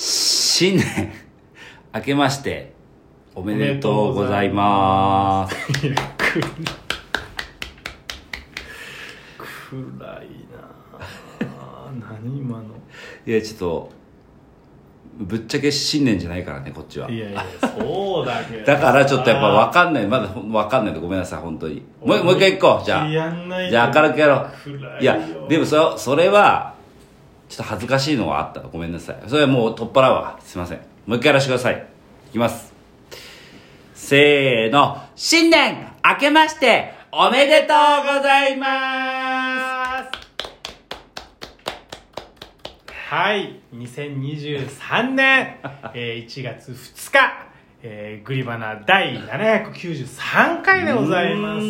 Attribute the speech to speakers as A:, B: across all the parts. A: 新年明けましておめでとうございます
B: いや暗い暗いなあ何今の
A: いやちょっとぶっちゃけ新年じゃないからねこっちはい
B: やいやそうだけど
A: だからちょっとやっぱ分かんないまだほん分かんないんでごめんなさい本当にもうもう一回行こうじゃあ
B: やんないと
A: じゃあ明るくやろ
B: 暗
A: う
B: い
A: い
B: よ
A: やでもそそれはちょっと恥ずかしいのはあったごめんなさいそれはもう取っ払うわすいませんもう一回やらせてくださいいきますせーの新年明けましておめでとうございます
B: はい2023年、えー1月2日、えーグリバナ第793回でございます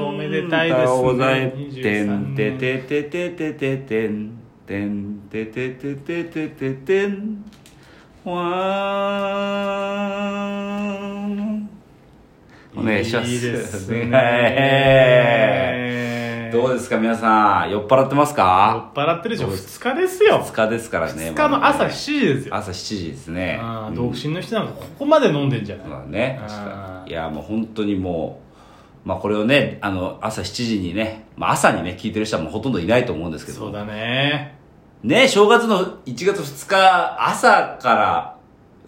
B: おめでたいですね
A: おめでたい
B: 23年
A: てんててててててんてんてててててててんわーんお願いします
B: いいですね、
A: どうですか皆さん酔っ払ってます
B: 酔っ
A: か
B: 払ってるでしょ2日ですよ
A: 2日ですからね
B: 2日の
A: ま
B: 朝
A: だね
B: 7時ですよ、
A: 朝7時ですね
B: ああ
A: うん
B: 独身の人なんかここまで飲んでんじゃない、
A: まあね確
B: あ
A: か
B: ー
A: にいやもう本当にもうまあこれをねあの朝7時にね、まあ、朝にね聞いてる人はもうほとんどいないと思うんですけど
B: そうだね
A: ね正月の1月2日朝から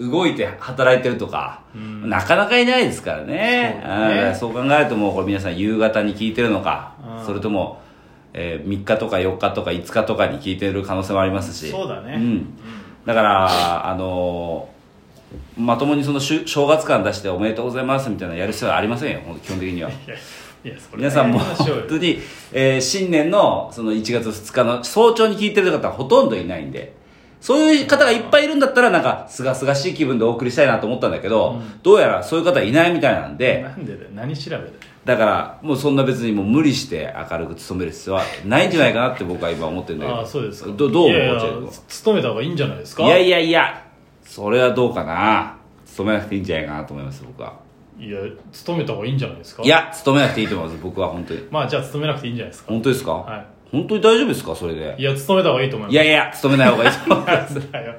A: 動いて働いてるとか、
B: うん
A: なかなかいないですからね
B: そうだね
A: うんそう考えるともうこれ皆さん夕方に聞いてるのか、
B: うん
A: それとも、え3日とか4日とか5日とかに聞いてる可能性もありますし
B: そうだね、
A: ん、だからあのーまともにそのしゅ正月感出しておめでとうございますみたいなのやる必要はありませんよほん基本的には
B: いやいやそれ
A: 皆さんも
B: やりましょうよ
A: 本当に、えー新年のその1月2日の早朝に聞いてる方はほとんどいないんでそういう方がいっぱいいるんだったらなんかすがすがしい気分でお送りしたいなと思ったんだけど、
B: うん
A: どうやらそういう方いないみたいなんで
B: なんでだよ何調べだよ
A: だからもうそんな別にもう無理して明るく勤める必要はないんじゃないかなって僕は今思ってるんだけど
B: ああそうですか
A: どどう思う
B: いやいや
A: 落合君は
B: 勤めた方がいいんじゃないですか
A: いやい
B: や
A: やいやそれはどうかな勤めなくていいんじゃないかなと思います僕はい
B: や勤めた方がいいんじゃないですか
A: いや勤めなくていいと思います僕は本当に
B: まあじゃあ勤めなくていいんじゃないですか
A: 本当ですか、
B: は
A: 本当に大丈夫ですかそれで
B: いや勤めた方がいいと思います
A: いやいや勤めない方がいいと思います
B: なんだよ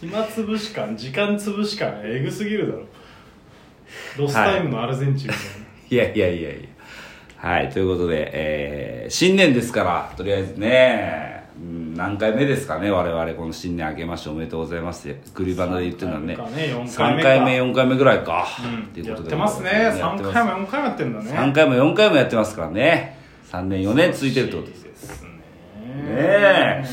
B: 暇つぶし感時間つぶし感えぐすぎるだろロスタイムのアルゼンチンみたい
A: いやいやいやいやはいということで、えー新年ですからとりあえずねうん何回目ですかね我々この新年明けましておめでとうございますってグリバナで言ってるのはね
B: 三回
A: 3
B: 目かね
A: 回目4回目ぐらいか、
B: な、
A: っていう
B: や
A: こと
B: っ
A: で
B: てますね
A: やってま
B: 3
A: す
B: 回も4回もやってんだね
A: 3回も4回もやってますからね3年4年続いてるってことです
B: ですね
A: ねえ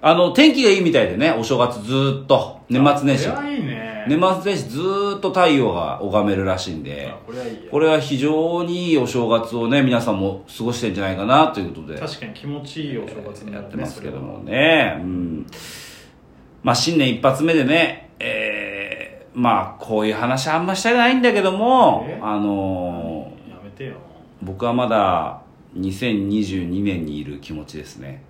A: あの天気がいいみたいでねお正月ずーっと年末年始
B: あこれはいいね
A: 年末年始ずーっと太陽が拝めるらしいんで
B: あこれはいいや
A: これは非常にいいお正月をね皆さんも過ごしてんじゃないかなということで
B: 確かに気持ちいいお正月にな
A: や
B: るね
A: ってますけどもねうんまあ新年一発目でねえーまあこういう話あんましたくないんだけども
B: え
A: あの
B: それはやめてよ
A: ー僕はまだ2022年にいる気持ちですね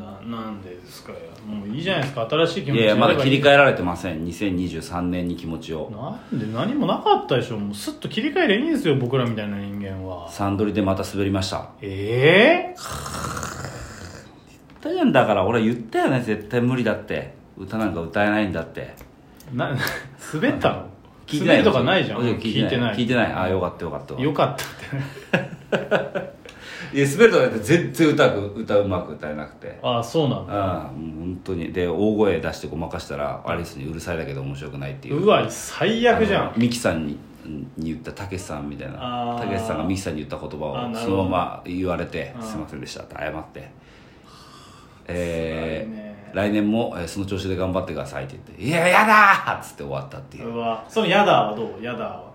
B: ななんでですかよもういいじゃないですか新しい気持
A: い
B: ち
A: やいやまだ切り替
B: え
A: えられてません2023年に気持ちを
B: なんで何もなかったでしょもうスッと切り替えればいいんですよ僕らみたいな人間は
A: サンドリでまた滑りました
B: ええ
A: 言ったやんだから俺言ったよね絶対無理だって歌なんか歌えないんだって
B: な 滑ったの
A: 聞いてない
B: 滑りとかないじゃん
A: 聞いてない聞いてないああよ
B: よ
A: かったよかったわ
B: かったって
A: いや滑るとかって全然歌う歌うまく歌えなくて
B: ああそうなんだ
A: ああもう本当にで大声出してごまかしたらアリスにうるさいだけど面白くないっていう
B: うわ最悪じゃ
A: あの
B: ん
A: ミキさんにうんに言ったたけしさんみたいな
B: あー
A: たけしさんがミキさんに言った言葉
B: あ
A: を
B: な
A: そ
B: るほど
A: のまま言われて「
B: あー
A: すいませんでした」って謝ってえ
B: 辛
A: ー
B: いね
A: 来年もえーその調子で頑張ってくださいって言って「いややだ!」っつって終わったっていう
B: うわそのやだはどうやだは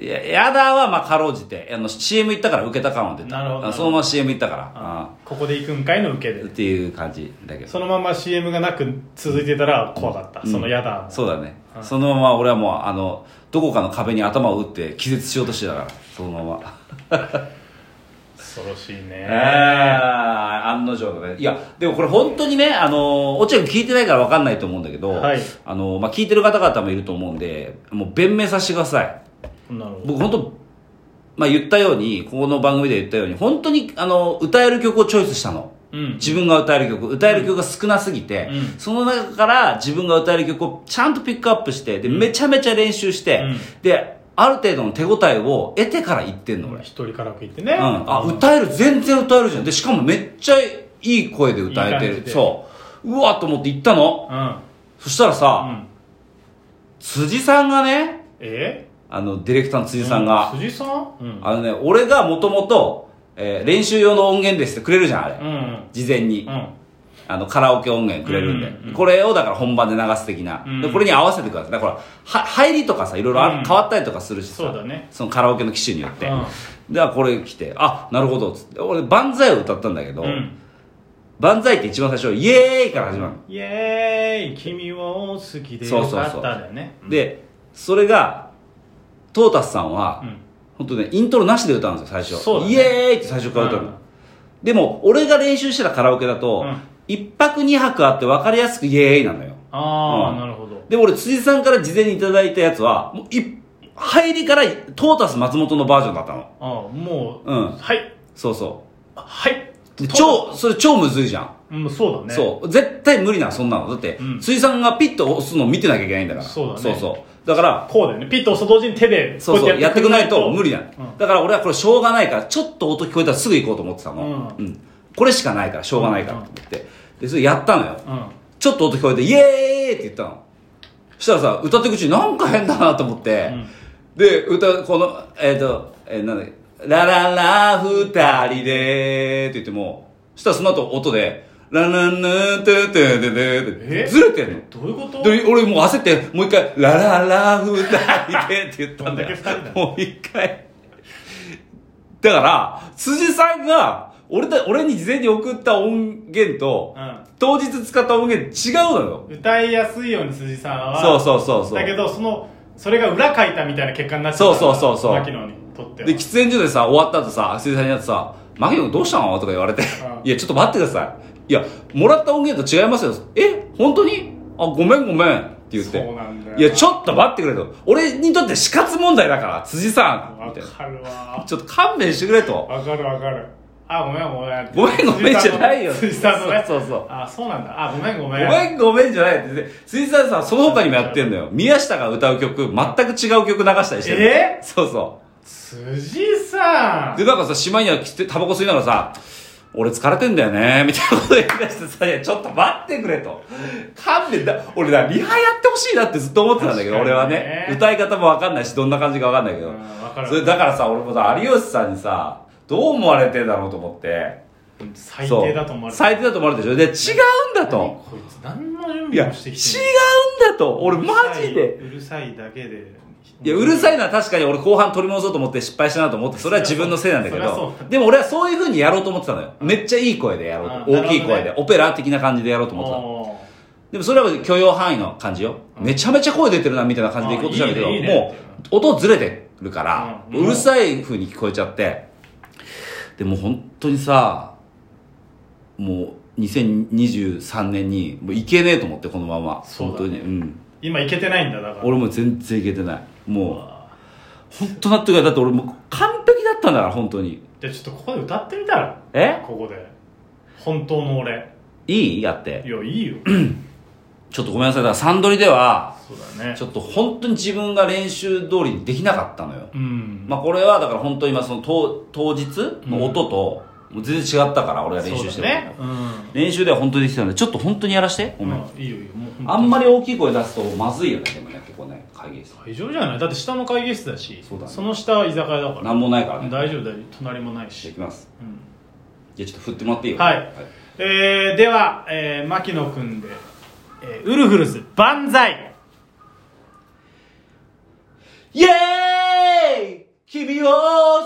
B: い
A: ややだはまあかろうじてあの CM 行ったから受けた感は出た
B: なるほど
A: あそのまま CM 行ったからあ
B: あここで行くんかいの受け
A: ーっ
B: で
A: ていう感じだけど
B: そのまま CM がなく続いてたら怖かった、
A: ん
B: そのやだも
A: そうだね、
B: うん
A: そのまま俺はもうあのどこかの壁に頭を打って気絶しようとしてたからそのまま
B: 恐ろし
A: え
B: いね
A: え 案の定だねいやでもこれ本当にねあの落合君聞いてないから分かんないと思うんだけど、
B: はい
A: あのまあ、聞いてる方々もいると思うんでもう弁明させてください
B: なるほど
A: 僕本当まあ言ったようにこの番組で言ったように本当にあの歌える曲をチョイスしたの
B: うん
A: 自分が歌える曲歌える曲が少なすぎて、
B: うん
A: その中から自分が歌える曲をちゃんとピックアップしてでめちゃめちゃ練習して、
B: うん
A: である程度の手応えを得てから行ってんの俺、
B: 一人カラオケ行ってね、
A: うん、あ歌える全然歌えるじゃんでしかもめっちゃいい声で歌えてる
B: いい感じで
A: そううわと思って行ったの
B: うん
A: そしたら
B: う
A: さ、
B: ん
A: 辻さんがね
B: え
A: あのディレクターの辻さんが、
B: 辻さんうん
A: あのね俺がもともと練習用の音源ですってくれるじゃんあれ、
B: うん
A: 事前に、
B: うん
A: あのカラオケ音源くれるんで、
B: うんうん
A: これをだから本番で流す的な、
B: うん
A: でこれに合わせてくださいだからほらは入りとかさいろいろある
B: うん
A: 変わったりとかするしさ
B: そうだね
A: そのカラオケの機種によって、
B: うん
A: ではこれ来てあなるほどっつって俺「万歳」を歌ったんだけど、
B: うん
A: 万歳って一番最初「イエーイ!」から始まるの、
B: イエーイ君を好きで
A: そう
B: よ
A: そうそう
B: かっただよね
A: でそれがトータスさんは、
B: うん
A: 本当ねイントロなしで歌うんですよ最初
B: そうだね
A: イエーイって最初から歌うの、
B: うん
A: でも俺が練習してたカラオケだと、
B: うん
A: 一泊二泊あって分かりやすくイエーイなのよ
B: あ
A: う
B: あ
A: ん
B: なるほど
A: でも俺辻さんから事前にいただいたやつはもうい入りからトータス松本のバージョンだったの
B: ああもう
A: うん
B: はい
A: そうそ
B: はい。
A: うで超それ超むずいじゃん、
B: うん、そうだね。
A: そう絶対無理なそんなのだって、
B: うん
A: 辻さんがピッと押すのを見てなきゃいけないんだから
B: そうだね
A: そうそうだから
B: こうだよね。ピッと押すと同時に手で、
A: そうそうやってくんないと無
B: 理。
A: 理なの、
B: うん
A: だから俺はこれしょうがないからちょっと音聞こえたらすぐ行こうと思ってたの、
B: うん
A: これしかないからしょうがないからと思ってでそれやったのよ、
B: うん。
A: ちょっと音聞こえて、イエーイって言ったの。そしたらさ、歌って口になんか変だなと思って、
B: うん
A: で、歌、この、えっ、と、えーなんだっけ、ラララ二人でーって言っても、そしたらその後音で、ラランヌーテーテーテーテーって
B: え
A: ずれてんの。
B: どういうこと
A: で、俺もう焦って、もう一回、ラララ二人でって言ったんだよ
B: どんだけ二人だ。よ
A: もう一回。だから、辻さんが、俺た、俺に事前に送った音源と、
B: う
A: 当日使った音源違うのよ。
B: ん。歌いやすいように辻さんは。
A: そうそうそうそう。
B: だけど、その、それが裏書いたみたいな結果になっちゃった
A: そうそうそうそう
B: 牧野にとっては。
A: で、喫煙所でさ、終わった後さ、生産になってさ、マキ君どうしたのとか言われて、
B: ん
A: いや、ちょっと待ってください。いや、もらった音源と違いますよ。え本当にあ、ごめんごめんって言って。
B: そうなんだよない
A: や、ちょっと待ってくれと。俺にとって死活問題だから、辻さん
B: わ
A: みたいな。
B: かるわ。
A: ちょっと勘弁してくれと。
B: わかるわかる。あ、ごめんごめん。
A: ごめんごめんじゃないよ
B: 辻さんのね。
A: そうそうそう
B: あ、そうなんだ。あ、ごめんご
A: ご
B: めん。
A: めんごめんじゃないってで。辻さんさ、その他にもやってんのよ。宮下が歌う曲、全く違う曲流したりしてる。
B: え
A: そうそう。
B: 辻さん
A: で、なんかさ、しまいには来て、タバコ吸いながらさ、俺疲れてんだよね、みたいなこと言い出してさ、いや、ちょっと待ってくれと。勘弁だ、俺だ、リハやってほしいなってずっと思ってたんだけど、
B: 確
A: 俺
B: か
A: は
B: にね
A: ね、歌い方もわかんないし、どんな感じかわかんないけ
B: う
A: ど。
B: ん、わかる
A: それだからさ、俺もさ、有吉さんにさ、どう思われてんだろうと思って。
B: 最低だと思わ
A: そう
B: れ
A: 最低だと思われてるでしょ。で、違うんだと。
B: こいつ何の準
A: いや、違
B: 備も
A: う
B: して
A: ん
B: きて
A: だと。俺マジで。
B: うるさいうるさいだけで
A: いや、うるさい
B: な
A: のは確かに俺後半取り戻そうと思って失敗したなと思って、それは自分のせいなんだけ
B: そりゃそ
A: ど
B: う、
A: でも俺はそういう風にやろうと思ってたのよ。めっちゃいい声でやろうと。
B: うん
A: 大きい声
B: なる
A: で
B: ほどね。
A: オペラ的な感じでやろうと思ってたの。
B: も
A: でもそれは許容範囲の感じよ。めちゃめちゃ声出てるなみたいな感じでいこうとしたんだけど、
B: あいいねいいね
A: もう音ずれてるから、
B: うん
A: うるさい風に聞こえちゃって。でも本当にさ、もう2023年に、もういけねえと思って、このまま。
B: そう
A: 本当
B: だね
A: に。うん。
B: う今いけてないんだだから
A: 俺も全然いけてない。もう。
B: わあ
A: 本当納得がだって俺もう完璧だったんだから本当に
B: じゃあちょっとここで歌ってみたら
A: え
B: ここで本当の俺
A: いいやっ
B: い
A: て
B: やいいよ
A: ちょっとごめんなさいだからサンドリでは
B: そうだね
A: ちょっと本当に自分が練習通りにできなかったのよ、
B: うん
A: まあこれはだから本当に今その当当日の音ともう全然違ったから俺が練習して
B: そう
A: る、
B: だねうん
A: 練習では本当にできてたのでちょっと本当にやらしてごめん、
B: まあいいよいいよもう本当に
A: あんまり大きい声出すとまずいよねでもね結構ね会議室
B: 大丈夫じゃないだって下の会議室だし
A: そうだね
B: の下は居酒屋だから
A: 何もないからね
B: 大丈夫大丈夫隣もない
A: じゃあい
B: し
A: きます
B: うん
A: じゃあちょっと振ってもらっていいよ
B: はいえー、では、えー、牧野君で、えーウルフルズ万歳
A: イエーイ君を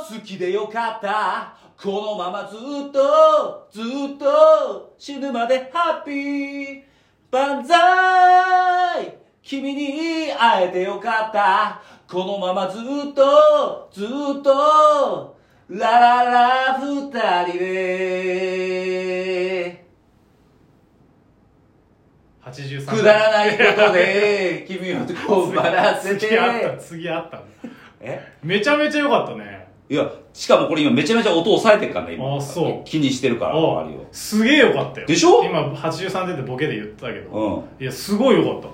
A: 好きでよかったこのままずっとずっと死ぬまでハッピー万歳君に会えてよかったこのままずっとずっとラララ二人で
B: 83
A: くだらないことで 君を困らせて
B: 次あった次あった
A: え
B: めちゃめちゃ良かったね
A: いや、しかもこれ今めちゃめちゃ音抑えてるからね、今。
B: あそう
A: 気にしてるから、
B: お
A: 周りを。
B: すげえよかったよ
A: でしょ
B: 今83点ってボケで言ったけど、
A: う
B: いやすごいよかった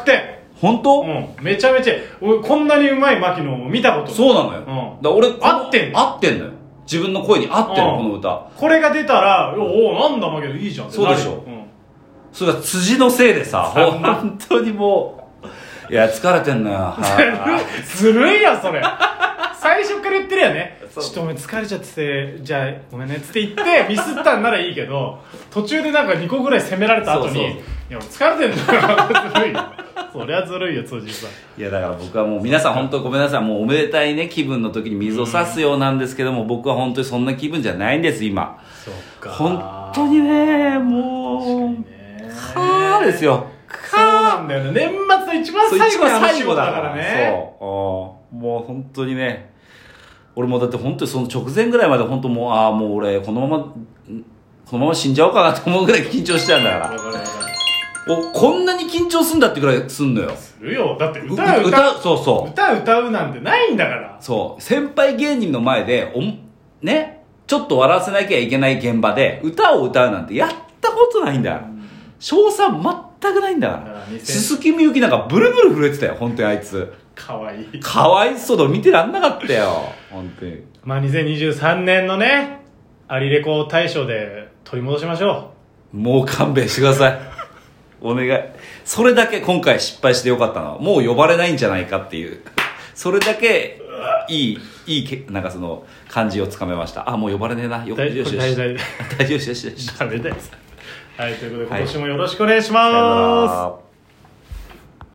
B: 100点
A: 本当、
B: うんめちゃめちゃ俺こんなにうまい牧野を見たことない
A: そうなのよ。
B: う
A: だ
B: ん
A: から俺、この
B: 合ってんの
A: 合ってんのよ。自分の声に合ってんの、
B: う
A: こ
B: ん
A: の歌。
B: これが出たらおおなんだ牧野いいじゃんってなるよ
A: そうでしょ
B: ん
A: それが辻のせいでさ、
B: そんな
A: 本当にもう、いや、疲れてんのよ。 はい
B: ずるいやんそれ最初から言ってるやねち
A: そう
B: ょっとお前疲れちゃっててじゃあごめんねっつって言ってミスったんならいいけど途中でなんか2個ぐらい責められた後に
A: そうそう
B: いやもう疲れてんだよずるいよそりゃずるいよ辻さん
A: いやだから僕はもう皆さん本当ごめんなさいもうおめでたいね気分の時に水を差すようなんですけども僕は本当にそんな気分じゃないんです今
B: そっか
A: 本当にねもうかーですよ
B: そうなんだよね年末の一番
A: そう
B: 最
A: 一
B: 後の
A: 番
B: 話
A: 最
B: だ
A: 後だ
B: か
A: からら
B: ね
A: ねそううんもう本当にね俺もだって本当にその直前ぐらいまで本当もうああもう俺このままんこのまま死んじゃおうかなと思うぐらい緊張してたんだか
B: わかるわかる
A: らおこんなに緊張すんだってぐらいすんのよ
B: するよだって
A: う
B: 歌う歌う
A: そうそう
B: 歌歌うなんてないんだから
A: そう、先輩芸人の前で、おん、ね、ちょっと笑わせなきゃいけない現場で、歌を歌うなんてやったことないんだよ。賞賛全くないんだか
B: だから
A: ら。
B: 2000
A: 鈴木みゆきなんかブルブル震えてたよ、本当にあいつ。
B: かわいい
A: かわいそうだ、見てらんなかったよ。本当に。
B: まあ、2023年のね、アリレコ大賞で取り戻しましょ
A: もう勘弁してください。お願い。それだけ今回失敗してよかったのは、もう呼ばれないんじゃないかっていう。それだけ、いい、いいけ、なんかその、感じをつかめました。あ、もう呼ばれねえな。よ
B: 大
A: よしよ
B: 大
A: し。大
B: 大
A: 丈夫よしよしよし
B: う。。ダメです。はい、ということで
A: はい
B: 今年もよろしくお願いします。
A: さよなら